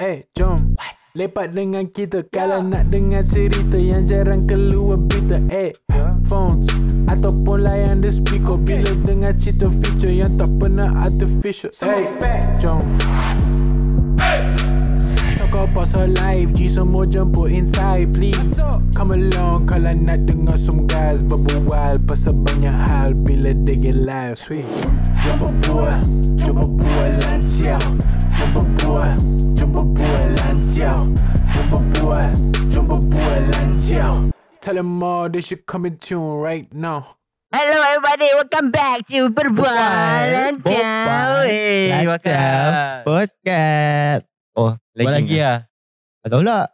Eh, jom Lepak dengan kita Kalau nak dengar cerita Yang jarang keluar berita Eh, phones Ataupun layan the speaker Bila dengar cerita feature Yang tak pernah artificial Eh, jom Cakap pasal live G semua jemput inside please Come along Kalau nak dengar some guys Berbual pasal banyak hal Bila they get live Sweet Jumpa buah Jumpa buah lancar Jumpa buah Jumpa buah lancar Jumpa buah Jumpa buah lancar Tell them all they should come in tune right now Hello everybody, welcome back to Berbualan Jauh. Hey, welcome. Podcast. Oh, Lagi, lagging lagi ah. lah. Tak tahu lah.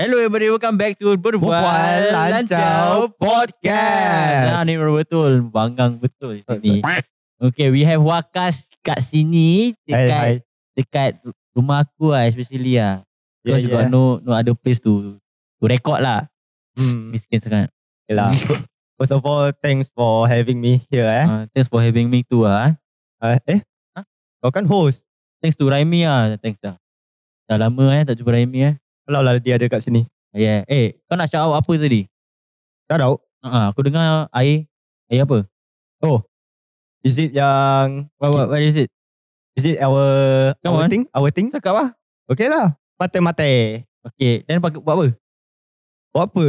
Hello everybody, welcome back to Berbual, Berbual Lancau Podcast. Nah, Ah, ni baru betul. Bangang betul Betul. ni. Okay, we have Wakas kat sini. Dekat Hai, hai. dekat ru- rumah aku lah, especially Yeah, lah. Because yeah, yeah. got no, no other place to to record lah. Hmm. Miskin sangat. Okay lah. First of all, thanks for having me here eh. Uh, thanks for having me too lah. eh. Uh, eh? Huh? Kau kan host. Thanks to Raimi lah. Thanks lah. Dah lama eh, tak jumpa Raimi eh. Kalau lah dia ada kat sini. Yeah. Eh, kau nak shout out apa tadi? Shout out. Uh, aku dengar air. Air apa? Is it yang... What, what, what is it? Is it our... Come our on. thing? Our thing? Cakap lah. Okay lah. Mate-mate. Okay, then pakai- buat apa? Buat apa?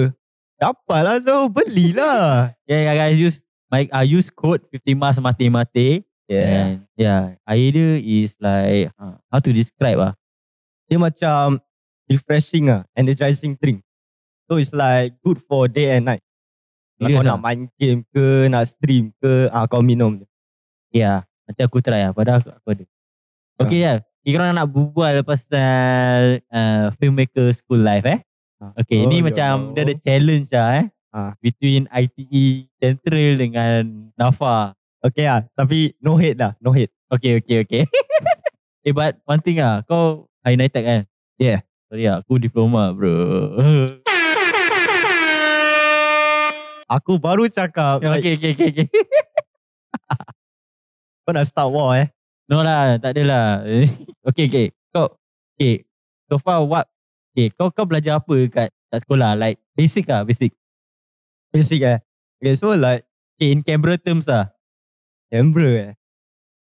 Dapat lah so belilah. Yeah, yeah guys use my I use code 50 mas mati mati. yeah. And yeah, idea is like uh, how to describe ah. Dia macam refreshing ah, energizing drink. So it's like good for day and night. Kalau Serious kau nak ah. main game ke, nak stream ke, ah kau minum je. Yeah, nanti aku try ah. Padahal aku, aku ada. Okay Ah. yeah. Kita orang nak berbual pasal uh, filmmaker school life eh. Okay, ni macam dia ada challenge lah Oh, ya eh. Ah. Between ITE Central dengan NAFA. Okay lah, tapi no hate lah, no hate. Okay, okay, okay. eh, but one thing ah, kau high NITEC kan? Yeah. Sorry ah, aku diploma bro. Aku baru cakap, like, Ya, okay, okay, okay, okay. kau nak start war eh. No lah, tak adalah. okay, okay. Kau, okay. So far, what, okay, kau kau belajar apa kat, kat sekolah? Like, basic lah, basic. Basic eh. Okay, so like, Okay, in Canberra terms lah. Canberra eh.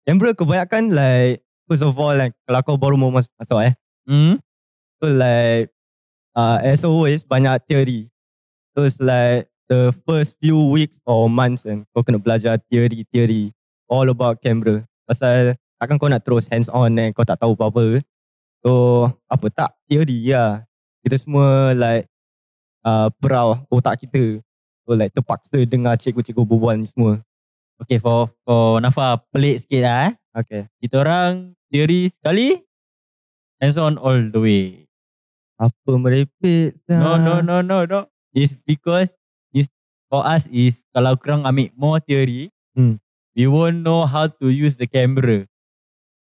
Canberra kebanyakan like, first of all, like, kalau kau baru mau masuk masuk eh. Hmm? So like, uh, as always, banyak teori. So it's like, the first few weeks or months and kau kena belajar teori-teori all about Canberra. Pasal takkan kau nak terus hands on and kau tak tahu apa-apa. So apa tak teori ya. Kita semua like uh, perau otak kita. So like terpaksa dengar cikgu-cikgu berbual ni semua. Okay, for for Nafa, pelik sikit lah eh. Okay. Kita orang, teori sekali, hands on all the way. Apa merepek? Ah. No, no, no, no, no. It's because, it's, for us is, kalau korang ambil more theory, Hmm. we won't know how to use the camera.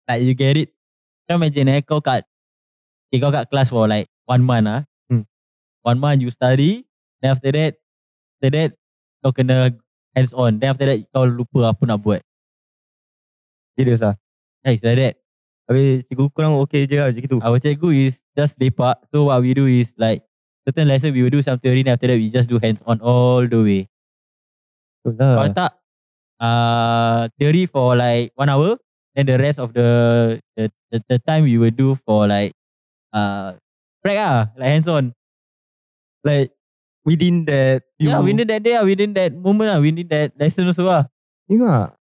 Like, you get it? Kau imagine eh, kau kat, okay, kau kat class for like one month ah. Hmm. One month you study, then after that, after that, kau kena hands on. Then after that, kau lupa apa nak buat. Serius lah. Hey, it's like that. Habis cikgu korang okay je lah macam gitu. Our cikgu is just lepak. So what we do is like, certain lesson we will do some theory, then after that we just do hands on all the way. Betul lah. Kalau tak uh, Theory for like One hour Then the rest of the The, the, the time we will do for like uh, Track lah Like hands on Like within that few Yeah within that day lah Within that moment lah Within that lesson also lah Ingat.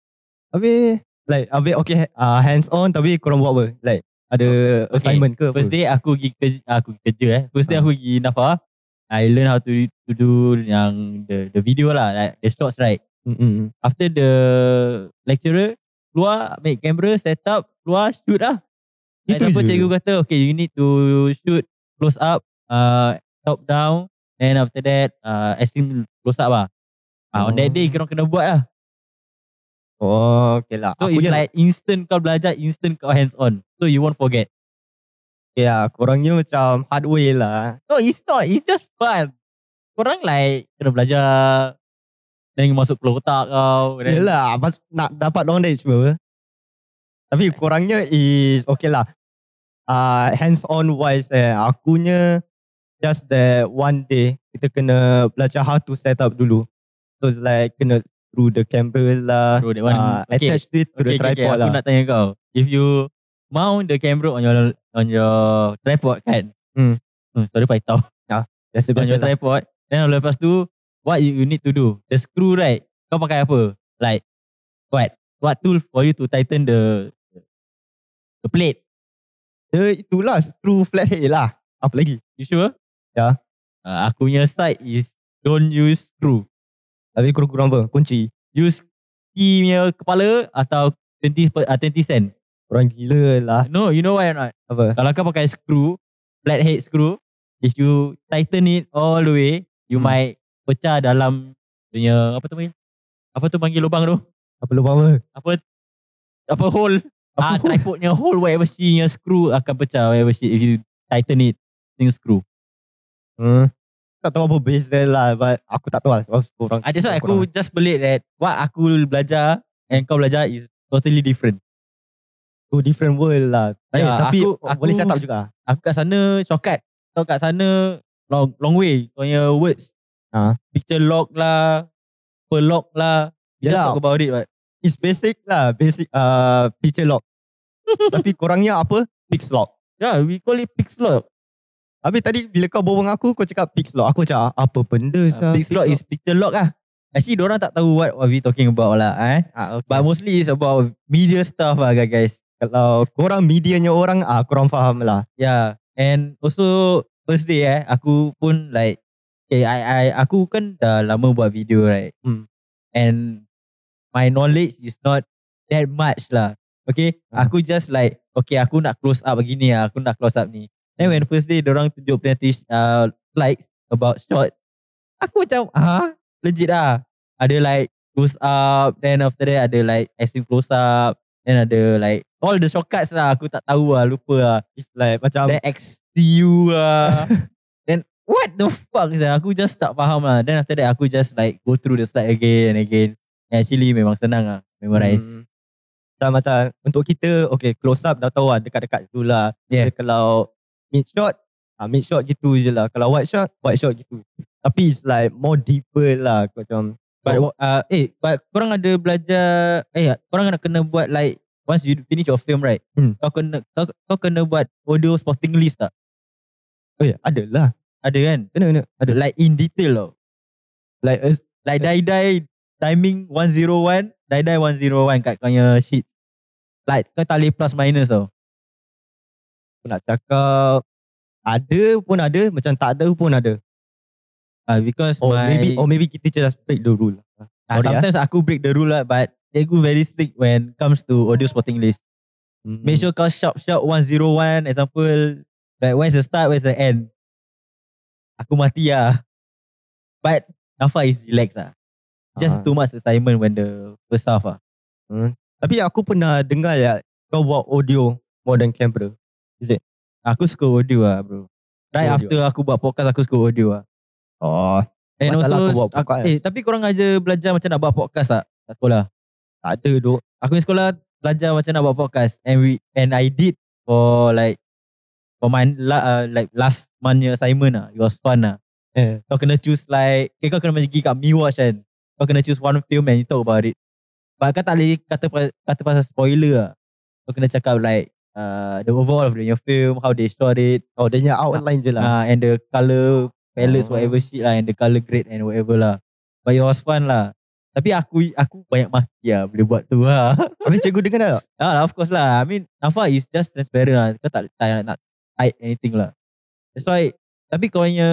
Habis like habis okay uh, hands on tapi korang buat apa? Like ada okay. assignment ke First apa? day aku pergi kerja Aku pergi kerja eh First day aku pergi NAFA I learn how to to do yang the the video lah like the shots right. Mm-mm. Hmm. After the lecturer keluar make camera set up keluar shoot lah. Itu Itu Ataupun je. cikgu kata okay you need to shoot close up, uh, top down and after that uh, extreme close up lah. Uh, On that day kena kena buat lah. Oh, okay lah. So aku je, it's like instant kau belajar, instant kau hands on. So you won't forget. okay lah. Korangnya macam hard way lah. No it's not, it's just fun. Korang like kena belajar Then masuk keluar otak kau then- Yelah, pas, nak dapat knowledge apa. Tapi korangnya is okay lah. uh, hands on wise eh, akunya just that one day kita kena belajar how to set up dulu. So it's like kena through the camera lah, Bro, Ah, that one. uh, okay. attach it to the tripod Aku lah. nak tanya kau. If you mount the camera on your on your tripod kan. Hmm. Hmm, sorry paitau. On Biasa-biasa your lah. tripod. Then lepas tu what you, you need to do? The screw right. Kau pakai apa? Like what? What tool for you to tighten the the plate? Dia Eh, itulah screw flathead lah. Apa lagi? You sure? Ya. Uh, aku punya side is don't use screw. Tapi kurang-kurang apa? Kunci. Use key punya kepala atau 20 per, uh, 20 sen. Orang gila lah. No, you know why or not? Apa? Kalau kau pakai screw, flathead screw, if you tighten it all the way, you Hmm. might pecah dalam punya apa tu panggil? Apa tu panggil lubang tu? Apa lubang apa? Apa apa hole? Apa Ah, hole? tripodnya hole whatever shit punya screw akan pecah whatever shit if you tighten it using screw. Hmm. Tak tahu apa base dia lah. But aku tak tahu lah. Sebab korang. Ah, that's why aku just believe that what aku belajar and kau belajar is totally different. Two different world lah. Ya, eh, tapi aku- aku, boleh aku- set up juga. Aku kat sana shortcut. Kau kat sana long, long way. Kau punya words. Ah. Picture lock lah. Per lock lah. You just Yelah. talk about it. But It's basic lah. Basic uh, feature lock. tapi korangnya apa? Fix lock. yeah, Ya, we call it pix lock. Habis tadi bila kau bawa dengan aku, kau cakap fix lock. Aku cakap apa benda Uh, sah? pix lock is picture lock lah. Actually, orang tak tahu what, what we talking about lah. Eh? Ah, okay. But mostly it's about media stuff lah guys. guys. kalau korang medianya orang, ah, korang faham lah. Yeah. Ya, And also first day eh aku pun like okay, I I aku kan dah lama buat video right. Hmm. And my knowledge is not that much lah. Okay, Hmm. aku just like okay aku nak close up gini lah, aku nak close up ni. Then when first day orang tunjuk punya tis- uh, slides about shots, aku macam ah legit lah. Ada like close up, then after that ada like extreme close up, then ada like all the shortcuts lah aku tak tahu lah, lupa lah. It's like macam Then XTU lah. Then what the fuck is that? Aku just tak faham lah. Then after that aku just like go through the slide again and again. And actually memang senang lah memorize. Hmm. Macam macam untuk kita okay close up dah tahu lah dekat-dekat tu lah. Yeah. Tapi Kalau mid shot ah, mid shot gitu je lah. Kalau wide shot wide shot gitu. Tapi it's like more deeper lah Kau macam But uh, eh but korang ada belajar eh korang nak kena buat like once you finish your film right. Hmm. Kau kena kau, kau kena buat audio spotting list tak? oh ya ada lah. Ada kan? Kena kena ada. Like in detail tau. Like uh, Like die die timing 101, die die 101 kat kau punya sheet. Like kau tak boleh plus minus tau. aku nak cakap ada pun ada macam tak ada pun ada. Uh, because Or my maybe or maybe kita just Ah, break the rule. Ah, Ah, Sorry, ah. sometimes aku break the rule lah but cikgu very strict when comes to audio spotting list. Hmm. Make sure kau sharp sharp 101 example like where's the start where's the end. Aku mati lah. But Nafa is relax lah. Ah. Just Hmm. too much assignment when the first half lah. Tapi aku pernah dengar ya kau buat audio more than camera. Aku suka audio lah bro. Right Audio. after aku buat podcast aku suka audio lah. Oh, And Masalah also, aku buat Eh, aku- podcast. eh, tapi korang aja belajar macam nak buat podcast tak? Kat sekolah. tak ada dok. Aku ni sekolah belajar macam nak buat podcast and we and I did for like for my la, uh, like last month punya assignment lah. It was fun lah. Eh. Kau kena choose like okay, kau kena macam pergi kat MiWatch kan. Kau kena choose one film and you talk about it. But kau tak boleh kata, pa- kata pasal spoiler lah. Kau kena cakap like uh, the overall of the punya film, how they shot it, Oh, dia punya outline je lah. lah. Uh, and the colour palettes Oh. whatever shit lah and the colour grade and whatever lah. But it was fun lah. Tapi aku aku banyak maki lah boleh buat tu lah. Habis cikgu dengar tak? ah, lah, of course lah. I mean Nafa is just transparent lah. Kau tak, tak nak hide anything lah. That's why tapi kau punya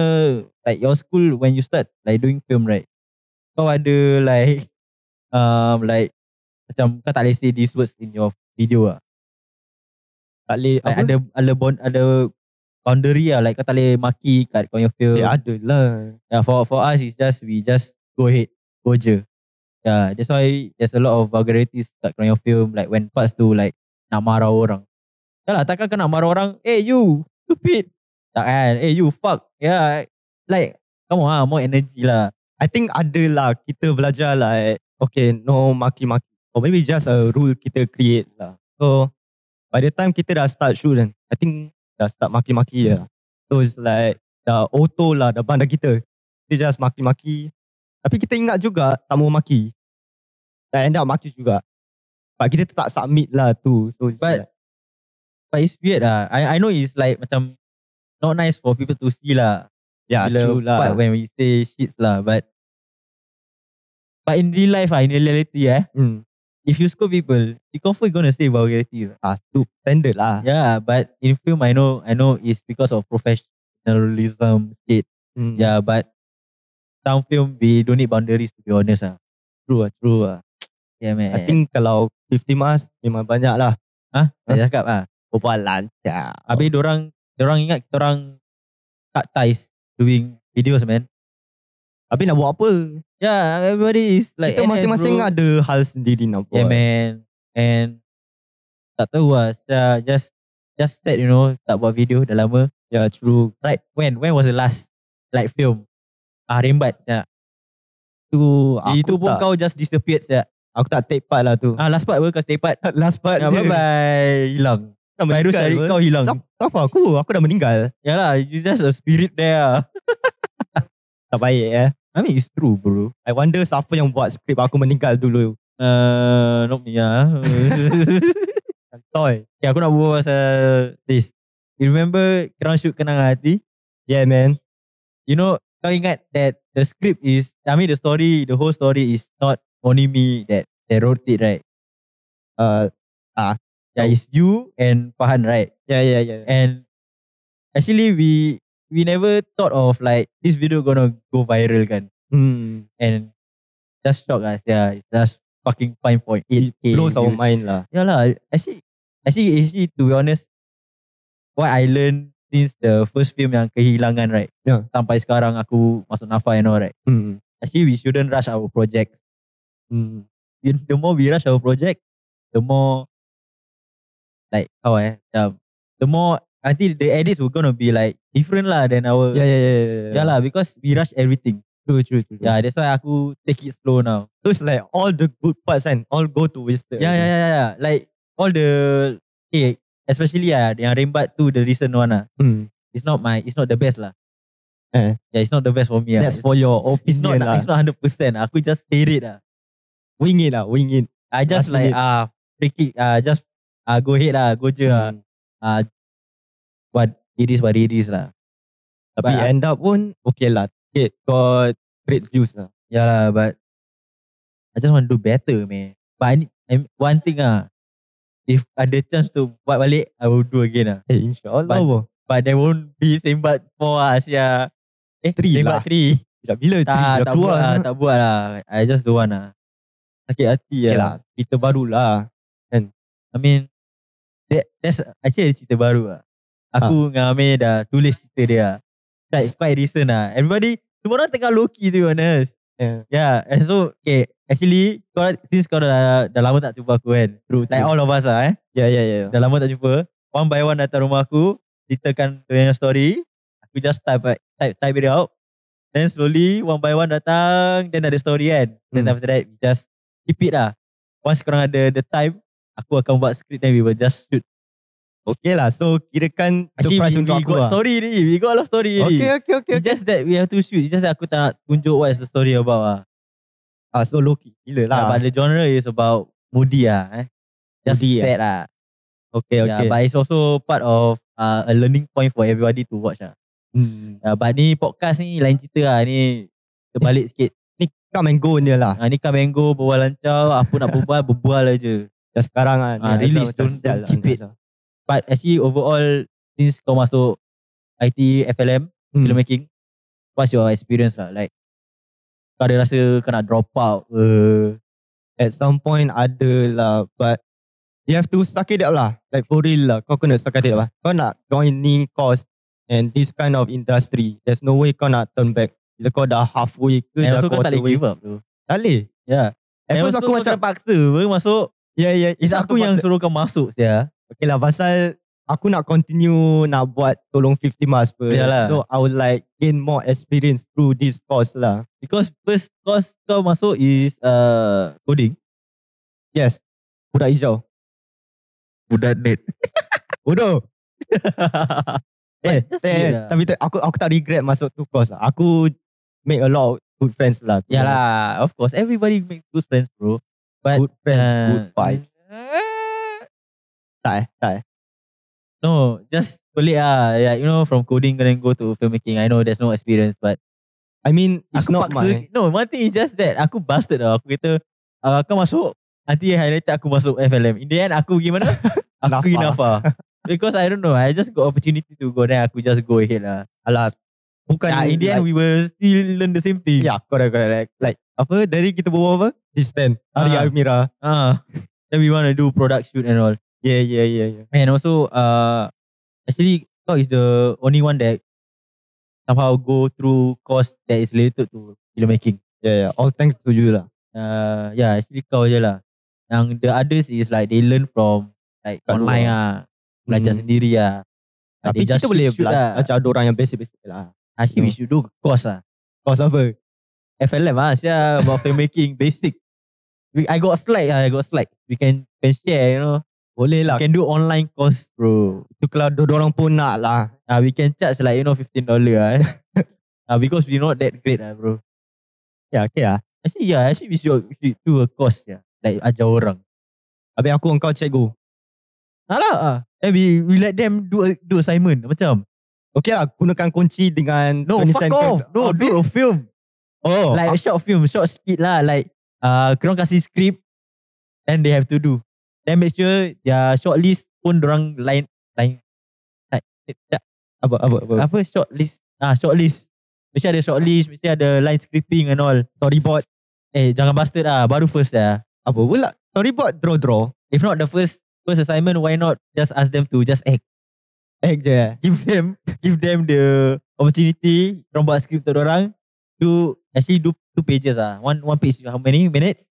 like your school when you start like doing film right. Kau ada like um like macam kau tak boleh say these words in your video lah. Tak boleh Like ada ada bond ada boundary lah like kau tak boleh maki kat kau punya film. Eh, ada lah. Yeah, for for us it's just we just go ahead, go je. Yeah, that's why there's a lot of vulgarities kat dalam film like when parts to like nak marah orang. Dah lah, takkan kau nak marah orang, eh hey, you, stupid. Tak kan, eh hey, you, fuck. Yeah, like, come on lah, more energy lah. I think ada lah. Kita belajar eh. like, okay, no maki-maki. Or maybe just a rule kita create lah. So, By the time kita dah start shoot kan, I think dah start maki-maki lah. So it's like, dah auto lah, dah bandar kita. Kita just maki-maki. Tapi kita ingat juga tak mau maki. Dan end up maki juga. But kita tak submit lah tu. So it's But- But it's weird lah. I I know it's like macam not nice for people to see lah. like, yeah, Bila true lah. part when we say shits lah. But but in real life ah, in reality eh, hmm. if you scold people, you confirm gonna say vulgarity. lah. Ah, tu standard lah. Yeah, but in film I know I know it's because of professionalism shit. Hmm. Yeah, but some film we don't need boundaries to be honest ah. true lah, true lah. Yeah man. I think kalau 50 mas memang banyak lah. ah, huh? cakap ah. Berbual lancar. Habis dorang dorang ingat kita orang cut ties doing videos man. Habis nak buat apa? Yeah, everybody is like Like kita NS, masing-masing bro. Ya, ada hal sendiri nak buat. Yeah man. And tak tahu lah. Saya just just said you know tak buat video dah lama. yeah Ya, true. Right when when was the last like film? Ah rembat saya. Tu aku Itu pun tak, kau just disappeared saya. aku tak take part lah tu. Ah last part pun kau stay part. Last part Yeah, bye bye hilang. Dah Ya, Virus meninggal cari apa? kau hilang. Siapa siapa aku? Aku dah meninggal. Ya lah, you just a spirit there. ah. Tak baik eh. I mean it's true bro. I wonder siapa yang buat skrip aku meninggal dulu. Uh, not me ah. Toy. Okay, Eh, aku nak berbual pasal this. You remember Kerang Shoot Kenang Hati? Yeah man. You know, kau ingat that the script is, I mean the story, the whole story is not only me that that wrote it, right? ah, Uh, Yeah, it's you and Fahan, right? yeah yeah yeah. And actually we we never thought of like this video gonna go viral kan. Hmm. And just shock us, yeah. Just fucking 5.8k. Blows our views. mind lah. Yeah lah. Actually, actually, actually to be honest, what I learned since the first film yang kehilangan right. Yeah. Sampai sekarang aku masuk NAFA and all right. Hmm. Actually we shouldn't rush our project. Hmm. You- The more we rush our project, the more like how eh, um, the more I think the edits were gonna be like different lah than our Yeah yeah yeah. yeah lah because we rush everything. True true true. Yeah, that's why aku take it slow now. Terus like all the good parts and all go to wasted. Yeah, yeah, yeah, yeah, yeah. Like all the eh, especially ah yang rembat tu the recent one ah. Hmm. it's not my it's not the best lah. Eh. Yeah, it's not the best for me. That's lah. for your it's, it's opinion not lah. it's not hundred percent. ah. Aku just say it lah. Wing it lah, wing it. I Last just like minute. ah free kick ah just ah go ahead lah go je lah. Hmm. ah what it is what it is lah. Tapi But I- end up pun okay lah. Sikit got great views lah. Yeah lah, but I just want to do better man. But I need I, one thing ah if ada chance to buat balik I will do again lah. Eh insyaAllah But- boh. But there won't be sembat for us ya. Eh, Three lah. sembat three. Tidak bila Tak, three dah tak keluar. buat lah, tak buat lah. I just don't want lah. Sakit hati Okay lah. lah. Cerita baru lah. kan? I mean, that, that's actually ada cerita baru lah. Ah. Aku ha. dengan Amir dah tulis cerita dia lah. Like, quite recent lah. Everybody, semua orang tengah low-key to be honest. Yeah. Yeah, and so, okay, actually, kau, since kau dah, dah lama tak jumpa aku kan. True. Ya, Like all of us lah eh. yeah, yeah, yeah. Dah lama tak jumpa. One by one datang rumah aku, ceritakan dia punya story. Aku just type, type, type it out. Then slowly, one by one datang, then ada story kan. Then Hmm. after that, we just keep it lah. Once korang ada the time, aku akan buat script then we will just shoot. Okay lah. So kirakan Actually, surprise we, untuk we aku got lah. story ni. We got a lot of story ni. Okay, okay, okay. It's just that we have to shoot. It's just that aku tak nak tunjuk what is the story about lah. Ah, so low key. Gila lah. Yeah, Ya, but the genre is about moody lah. Eh. Just Moody, eh? sad lah. okay, okay. Yeah, ya, but it's also part of uh, a learning point for everybody to watch lah. hmm. Uh, but ni podcast ni lain cerita lah. Ni terbalik sikit. Come and go ni lah. Ha, ni kan mango berbual lancar. Apa nak berbual, berbual aja. Dah sekarang kan. Ah, release, don't- lah, don't keep it. But actually overall, since kau masuk IT, FLM, Hmm. filmmaking, what's your experience lah? Like, kau ada rasa kau nak drop out ke? Uh, At some point ada lah. But you have to suck it up lah. Like for real lah. Kau kena suck it up lah. Kau nak join ni course and this kind of industry. There's no way kau nak turn back. Bila kau dah halfway ke dah And also kau tak boleh quarter way. give up tu. Tak boleh. Yeah. At And first also aku kau macam terpaksa apa masuk. Yeah, yeah. It's aku yang paksa- suruh kau masuk ya. Okay lah, pasal aku nak continue nak buat tolong 50 mas per. Yalah. So, I would like gain more experience through this course lah. Because first course kau masuk is uh, coding. Yes. Budak hijau. Budak nerd. Bodoh. eh, But eh just weird lah. tapi tak- aku aku tak regret masuk tu course. lah. Aku make a lot of good friends lah. to be honest. Yalah, of course. Everybody make good friends, bro. Ya But Good friends, good uh, vibe. Tak eh, tak eh. No, just pelik ah. Like, you know, from coding kena go to filmmaking. I know there's no experience, but I mean, it's aku not my. No, one thing is just that aku bastard tau. Aku kata, uh, kau masuk, nanti highlighted aku masuk FLM. In the end, aku gimana? aku pergi Nafa. NAFA. Because I don't know, I just got opportunity to go there. Aku just go ahead lah. Alah, bukan. Nah, in the end, like, we will still learn the same thing. ya, correct, correct. Like, like apa? Dari kita bawa apa? Distant. Hari Ah. Almira. Uh, then we want to do product shoot and all. Yeah, yeah, yeah, yeah. And also, uh, actually, kau is the only one that somehow go through course that is related to filmmaking. Yeah, yeah. Ya, All thanks to you lah. Uh, yeah, actually kau je lah. Yang the others is like they learn from like Kat online luar. ah, belajar Hmm. sendiri ah. Tapi They just kita boleh shoot- shoot belajar. lah. Macam ada orang yang basic-basic lah. Actually, we should do course ah. Course apa? FLM ah, siya about filmmaking basic. We, I got slide ah, I got slide. We can can share, you know. Boleh We lah. can do online course, bro. Itu kalau orang pun nak lah. Ah, we can charge like you know fifteen dollar ah. eh. Ah, because we not that great ah, bro. Ya, yeah, okay lah. Actually, yeah. Actually, we should, we should do a course, yeah. Like ajar orang. Habis aku engkau cikgu. Alah, ah. Then we, we let them do a, do assignment. Macam, Okay lah, gunakan kunci dengan no, 20 fuck cent off. per- No, Habis- do a film. Oh, like a short film, short skit lah. Like, uh, korang kasih script, then they have to do. Then make sure their short list pun dorang line, line, like, tak- apa, apa, apa. apa short list? Ah, short list. Mesti ada short list, mesti ada line scripting and all. Storyboard. Eh, jangan bastard lah. Baru first lah. Apa pula? Storyboard draw-draw. If not the first first assignment, why not just ask them to just act? Act je. eh. give them give them the opportunity orang buat skrip untuk orang do actually do two pages ah one one page how many minutes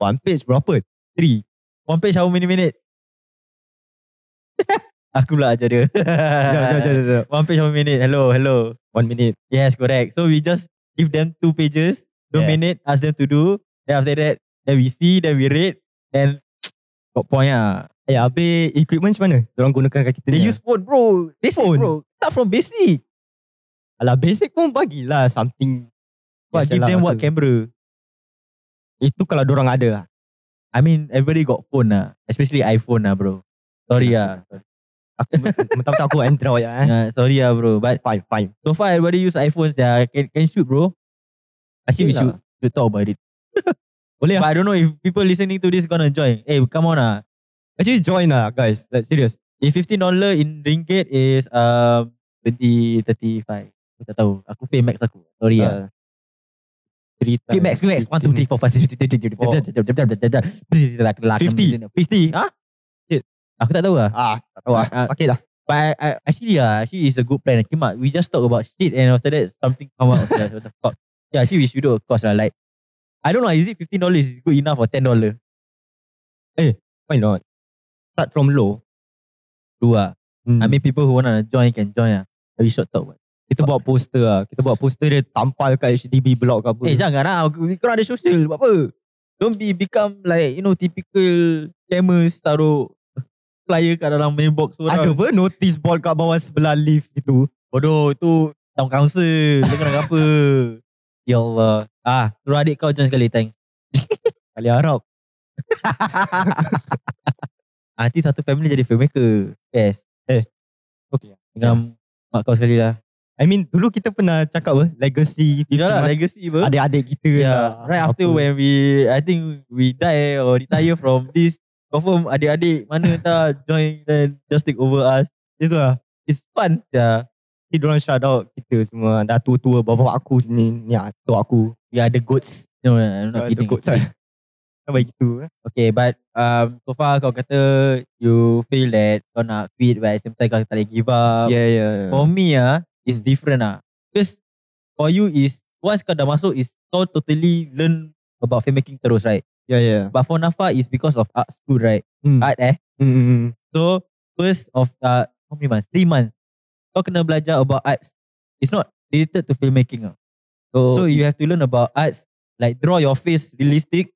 One page berapa? Three. one page how many minutes aku pula ajar dia Jom, jom, jom, jom, jom. one page how many minute hello hello One minute. yes correct so we just give them two pages two Yeah. minute ask them to do then after that then we see then we read then got point ah Eh, habis equipment macam mana? Diorang gunakan kaki telinga. they use phone bro basic Phone. bro start from basic Alah, basic pun bagilah something. what Biasalah give them what tu. camera Itu kalau diorang ada lah. I mean everybody got phone lah Especially iPhone lah bro Sorry lah Aku, mentah-mentah aku Android lah eh. uh, Sorry lah bro But Fine, fine. so far everybody use iPhones yeah. Can, can shoot bro Actually we Boleh should, should talk about it Boleh But I don't know if people listening to this Gonna join Eh hey, come on lah Actually join lah guys. Like serious. If $15 in ringgit is um, 20, 35 Aku tak tahu Aku pay max aku Sorry lah Uh, three times. Okay, Max, okay, Max. 1, 2, 3, 4, 5, 6, 7, 8, 9, 10, 11, 12, 13, 14, 15. Ah? Shit. Aku tak tahu lah. Ah, tak tahu lah. Ah, ah. Pakai lah. But I, I, actually yeah, actually it's a good plan. Came out. We just talk about shit and after that something come out. yeah, what the fuck? Yeah, actually we should do a course lah. Like, I don't know. Is it fifteen dollars is good enough or ten dollar? Why not? Start from low. Do ah. Hmm. I mean people who wanna join can join ah. Tapi short talk. But. Kita buat poster lah. Kita buat poster dia tampal kat HDB block ke apa. Eh jangan lah. Korang ada social. Buat apa? Don't be become like you know typical scammers taruh flyer kat dalam mailbox lah. orang. Ada apa notice board kat bawah sebelah lift itu. Bodoh itu town council. Dengar apa? Ya Allah. Ah, suruh adik kau join sekali. Thanks. Kali Arab. Ah, Nanti satu family jadi filmmaker. Best. Eh. Okay. Dengan mak kau sekali lah. I mean dulu kita pernah cakap apa legacy Yalah, mas- legacy apa? adik-adik kita lah. Yeah. Ya, Right after Apa. when we, I think we die or retire from this, confirm adik-adik mana tak join then just take over us. Itu lah. It's fun. Ya. Yeah. Kita orang shout out kita semua. Dah tua-tua bapak aku sini. Ni atuk aku. We are the goats. No, no, I'm not kidding. Tekuk saya. Sampai gitu. eh. Okay, but um, so far kau kata you feel that kau nak fit but at the same time kau tak boleh give up. yeah, yeah. yeah. For me ah, it's different ah. Because for you is once kau dah masuk is kau totally learn about filmmaking terus right. Yeah, yeah. But for Nafa is because of art school right. Hmm. Art eh. Hmm, hmm, hmm. So first of uh, how many months? Three months. Kau kena belajar about arts. It's not related to filmmaking ah. Oh. So you have to learn about arts, like draw your face realistic,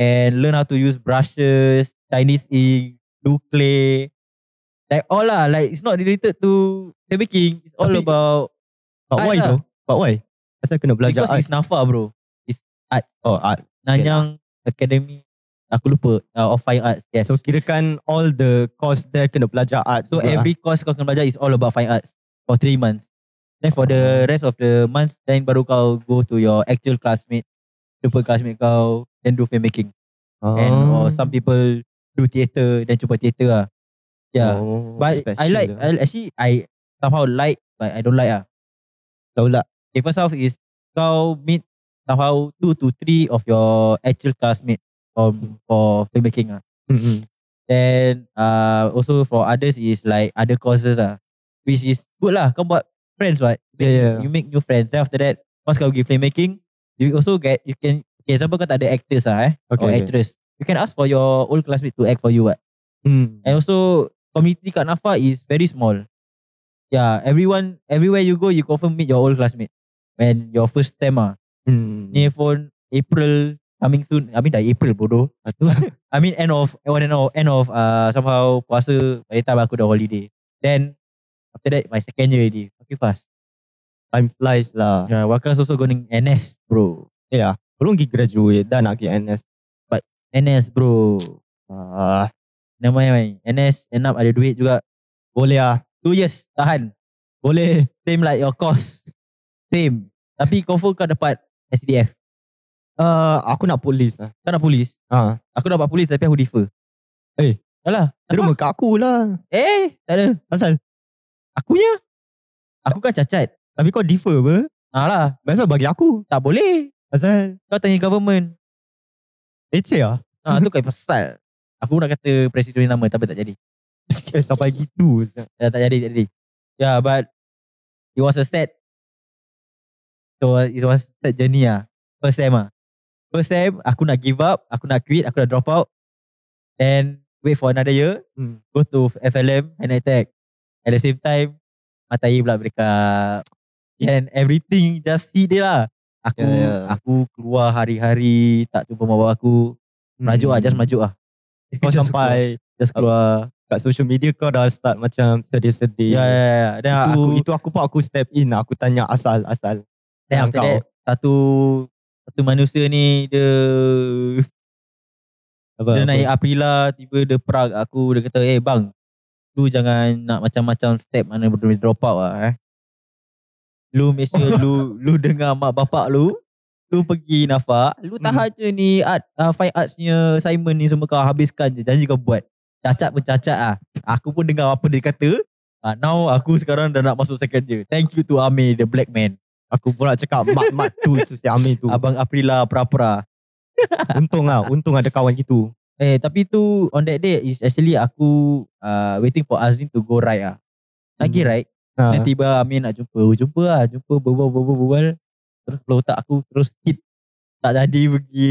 and learn how to use brushes, Chinese ink, do clay. Like all lah. Like it's not related to the baking. It's all Tapi- about But Arts why lah. though? But why? Asal kena belajar because arts? it's Nafa bro. Oh, art. Nanyang Academy. Aku lupa. Uh, of Fine Arts. Yes. So kirakan all the course there kena belajar art. So juga lah. every course kau kena belajar is all about fine arts for three months. Then for Hmm. the rest of the months, then baru kau go to your actual classmate, jumpa classmate kau, then do filmmaking. ah. And or some people do theatre, then jumpa theatre lah. Yeah. Oh, but I like, I, actually I somehow like, but I don't like ah. tahu lah. Okay, first off is kau meet somehow two to three of your actual classmate um, for filmmaking ah. Mm-mm. Then uh, also for others is like other courses ah. Which is good lah. Kau buat friends right? Yeah, yeah. You make new friends. Then after that, once kau pergi filmmaking, you also get, you can, okay, example kau tak ada actors lah eh. Okay, or okay. actress. You can ask for your old classmate to act for you what. Mm. And also, community kat NAFA is very small. Yeah, everyone, everywhere you go, you confirm meet your old classmate. When your first time ah. Mm. Ni phone April coming soon. I mean dah April bodoh. I mean end of end of end of uh, somehow puasa by the time aku dah holiday. Then after that my second year already. Okay fast. Time flies lah. Yeah, Wakas also going NS bro. Yeah. Belum pergi graduate dah Kan nak pergi NS. NS bro. Ah, Nama main. NS end up ada duit juga. boleh ah. Two years tahan. Boleh. Same like your course. Same. Tapi confirm kau dapat SDF. Uh, aku nak polis lah. Kau nak polis. Ha. Aku dapat polis tapi aku defer. Eh. Alah. Dia rumah kat aku lah. Eh. Tak ada. Asal? Akunya. Aku kan cacat. Tapi kau defer apa? Alah, Masa bagi aku. tak boleh. Asal? Kau tanya government. Leceh lah. Ah, tu kau pasal. Aku nak kata presiden nama tapi tak jadi. Eh, sampai gitu. Ya, tak jadi, tak jadi. Yeah, but it was a sad. So it was a sad journey ah. First time ah. First time aku nak give up, aku nak quit, aku nak drop out. Then wait for another year, Hmm. go to FLM and attack. At the same time, matai pula mereka. And everything just hit dia lah. Aku Yeah, yeah. aku keluar hari-hari tak jumpa mak bapak aku. Merajuk Hmm. ah, just merajuk ah. Kau sampai just keluar. kat social media kau dah start macam sedih-sedih. Ya ya ya. Then Itu, aku itu aku pun aku step in. lah. Aku tanya asal-asal. Then after Kau. that Satu Satu manusia ni Dia Apa, Dia apa? naik Aprila Tiba dia perag aku Dia kata Eh bang Lu jangan nak macam-macam Step mana boleh drop out lah eh Lu make sure lu Lu dengar mak bapak lu Lu pergi nafak Lu tahan je ni art, uh, Fine arts punya Simon ni semua kau habiskan je Janji kau buat Cacat pun cacat lah Aku pun dengar apa dia kata uh, Now aku sekarang dah nak masuk second year Thank you to Amir The black man Aku pula cakap mat-mat tu Susi Amir tu. Abang Aprila Prapra Untung lah. Untung ada kawan gitu. Eh tapi tu on that day is actually aku uh, waiting for Azrin to go right ah. Lagi Hmm. right. Ha. Then tiba Amin nak jumpa. Oh, jumpa lah. Jumpa berbual berbual berbual. Terus flow otak aku terus hit. Tak jadi pergi.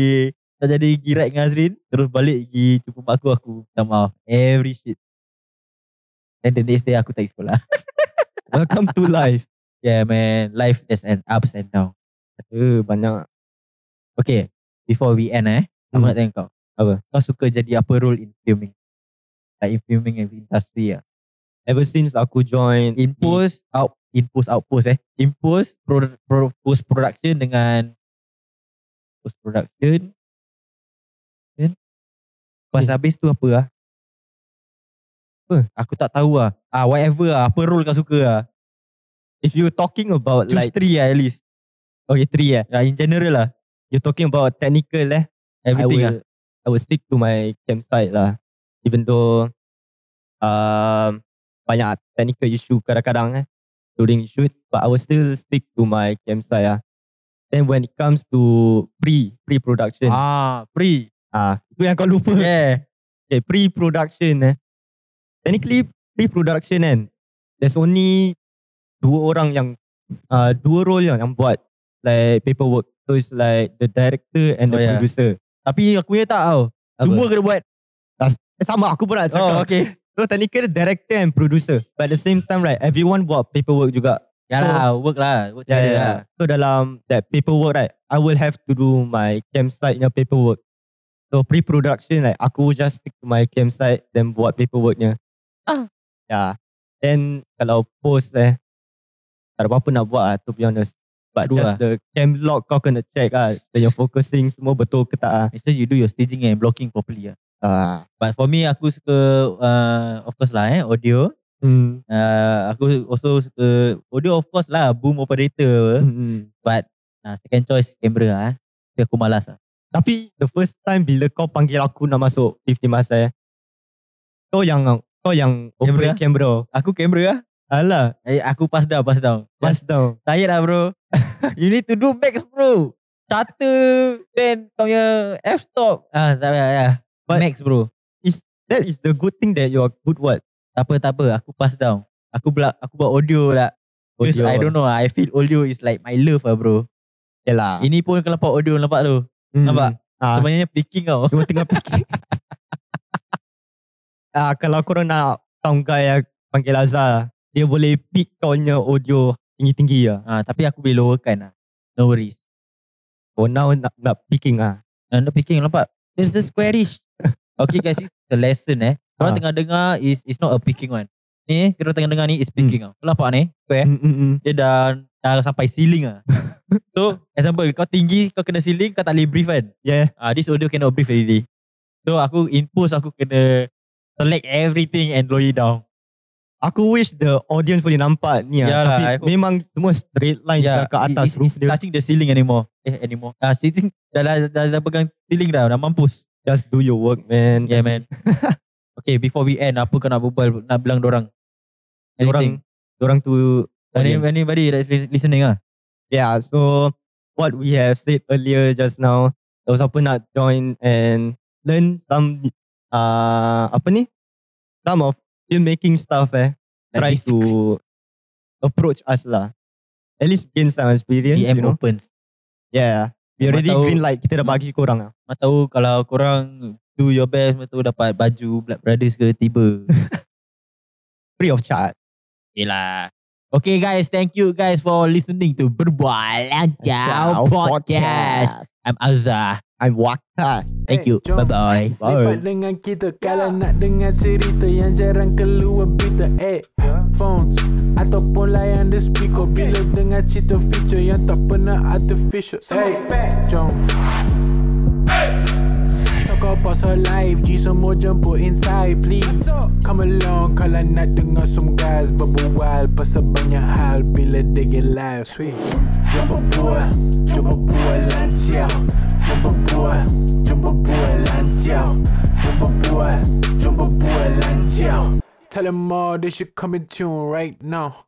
Tak jadi pergi right dengan Azrin. Terus balik pergi jumpa mak aku. Aku minta maaf. Every shit. Then the next day aku tak pergi sekolah. Welcome to life. yeah man. Life is an ups and down. Eh, banyak. Okay. Before we end eh. Aku Hmm. nak tanya kau. Apa? Kau suka jadi apa role in filming? Like in filming and industry ah. Ever since aku join Impose out impose outpost eh. Impose pro, pro, post production dengan post production. Then Eh. pas habis tu apa ah? Apa? Aku tak tahu ah. Ah whatever ah, apa role kau suka ah. If you talking about Choose like three ah at least. okay three eh, Yeah, in general lah. you talking about technical eh, Everything I ah. will, I will stick to my campsite lah. Even though um banyak technical issue kadang-kadang eh during shoot, but I will still stick to my campsite ah. Then when it comes to pre pre production, ah, Ah, free. itu yang kau lupa. Yeah. Okay, pre-production eh. Technically, pre-production kan, there's only dua orang yang, uh, dua role yang, yang buat like paperwork. So it's like the director and the Oh, yeah. producer. Tapi aku punya tak tau. Apa? Semua kena buat. Eh, sama, aku pun nak Oh, cakap. okay. So technically, director and producer. But at the same time, right, everyone buat paperwork juga. Yalah, work lah. Work So, yeah, together yeah, yeah. So dalam that paperwork, right, I will have to do my campsite punya paperwork. So So pre-production like aku just stick to my campsite then buat paperworknya. Ah. Yeah. Then kalau post eh tak ada apa-apa nak buat lah, to be honest. But True just lah. the cam log kau kena check lah. Then your focusing semua betul ke tak ah. Make sure you do your staging and blocking properly lah. Ah. But for me aku suka uh, of course lah eh audio. Hmm. Uh, aku also suka audio of course lah boom operator. Hmm. But uh, second choice kamera lah. Eh. Tapi aku malas lah. Tapi the first time bila kau panggil aku nak masuk 50 masa eh. Kau yang kau yang Kamera? operate camera. oh. ah? Aku kamera lah. Alah, Eh, aku pass down, pass down. pass down. Tired lah bro. you need to do backs bro. Charter, then kau punya F-stop. Ah, tak payah, ya. But- Max bro. That is the good thing that you are good what. Tak apa, tak apa. Aku pass down. Aku buat, aku buat audio lah. Because Audio. I don't know, ah, I feel audio is like my love lah bro. Yalah. Ini pun kau nampak audio nampak tu. Ah. Hmm. Nampak? Ah. Sebenarnya picking tau. Cuma tengah fikir. Ah kalau korang nak sound guy yang panggil Azhar, dia boleh pick kau punya audio tinggi-tinggi lah. Ah, tapi aku boleh lowerkan lah. No worries. For Oh, now nak, nak picking ah. No, no picking nampak. This is squarish. okay guys, it's the lesson eh. Kalau Ah. tengah dengar is is not a picking one. Ni, kita tengah dengar ni is picking hmm. tau. Kau nampak ni? Square. Mm, mm, mm. dia dah dah sampai ceiling ah. so example kau tinggi kau kena ceiling kau tak boleh breathe kan. Yeah. Ah uh, this audio cannot breathe already. So aku in post aku kena select everything and lower it down. Aku wish the audience boleh nampak ni lah. Yalah, Tapi aku- memang semua straight line yeah, ke atas Ya, it's, it's roof dia. touching the ceiling anymore. Eh anymore. Ah uh, ceiling dah dah, dah dah pegang ceiling dah dah mampus. Just do your work man. Yeah man. okay before we end apa kau nak berbual nak bilang dorang? Dorang- Orang tu Any, audience. anybody that's li- listening ah. Yeah, so what we have said earlier just now, those apa nak join and learn some uh, apa ni? Some of filmmaking stuff eh. Try Like this. to approach us lah. At least gain some experience, DM you know. open. Yeah. We Mana already tahu- green light. Kita dah bagi korang lah. Mana tahu kalau korang do your best, mana tahu dapat baju Black Brothers ke tiba. Free of charge. Yelah. Okay guys, thank you guys for listening to Berbual Lancar Lancar Podcast. I'm Azhar. I'm Wakas. Thank Eh, you. jom. Bye-bye. Bye. Lepak dengan kita Kalau nak dengar cerita Yang jarang keluar berita Eh Phones Ataupun layan the speaker Bila dengar cerita feature Yang tak pernah artificial Hey Jom Talk pasal life G semua jemput inside please Come along Kalau nak dengar some guys Berbual pasal banyak hal Bila they get live Sweet Jom berbual Jom berbual lancar Jom berbual Jom berbual lancar Jom berbual Jom berbual lancar Tell them all they should come in tune right now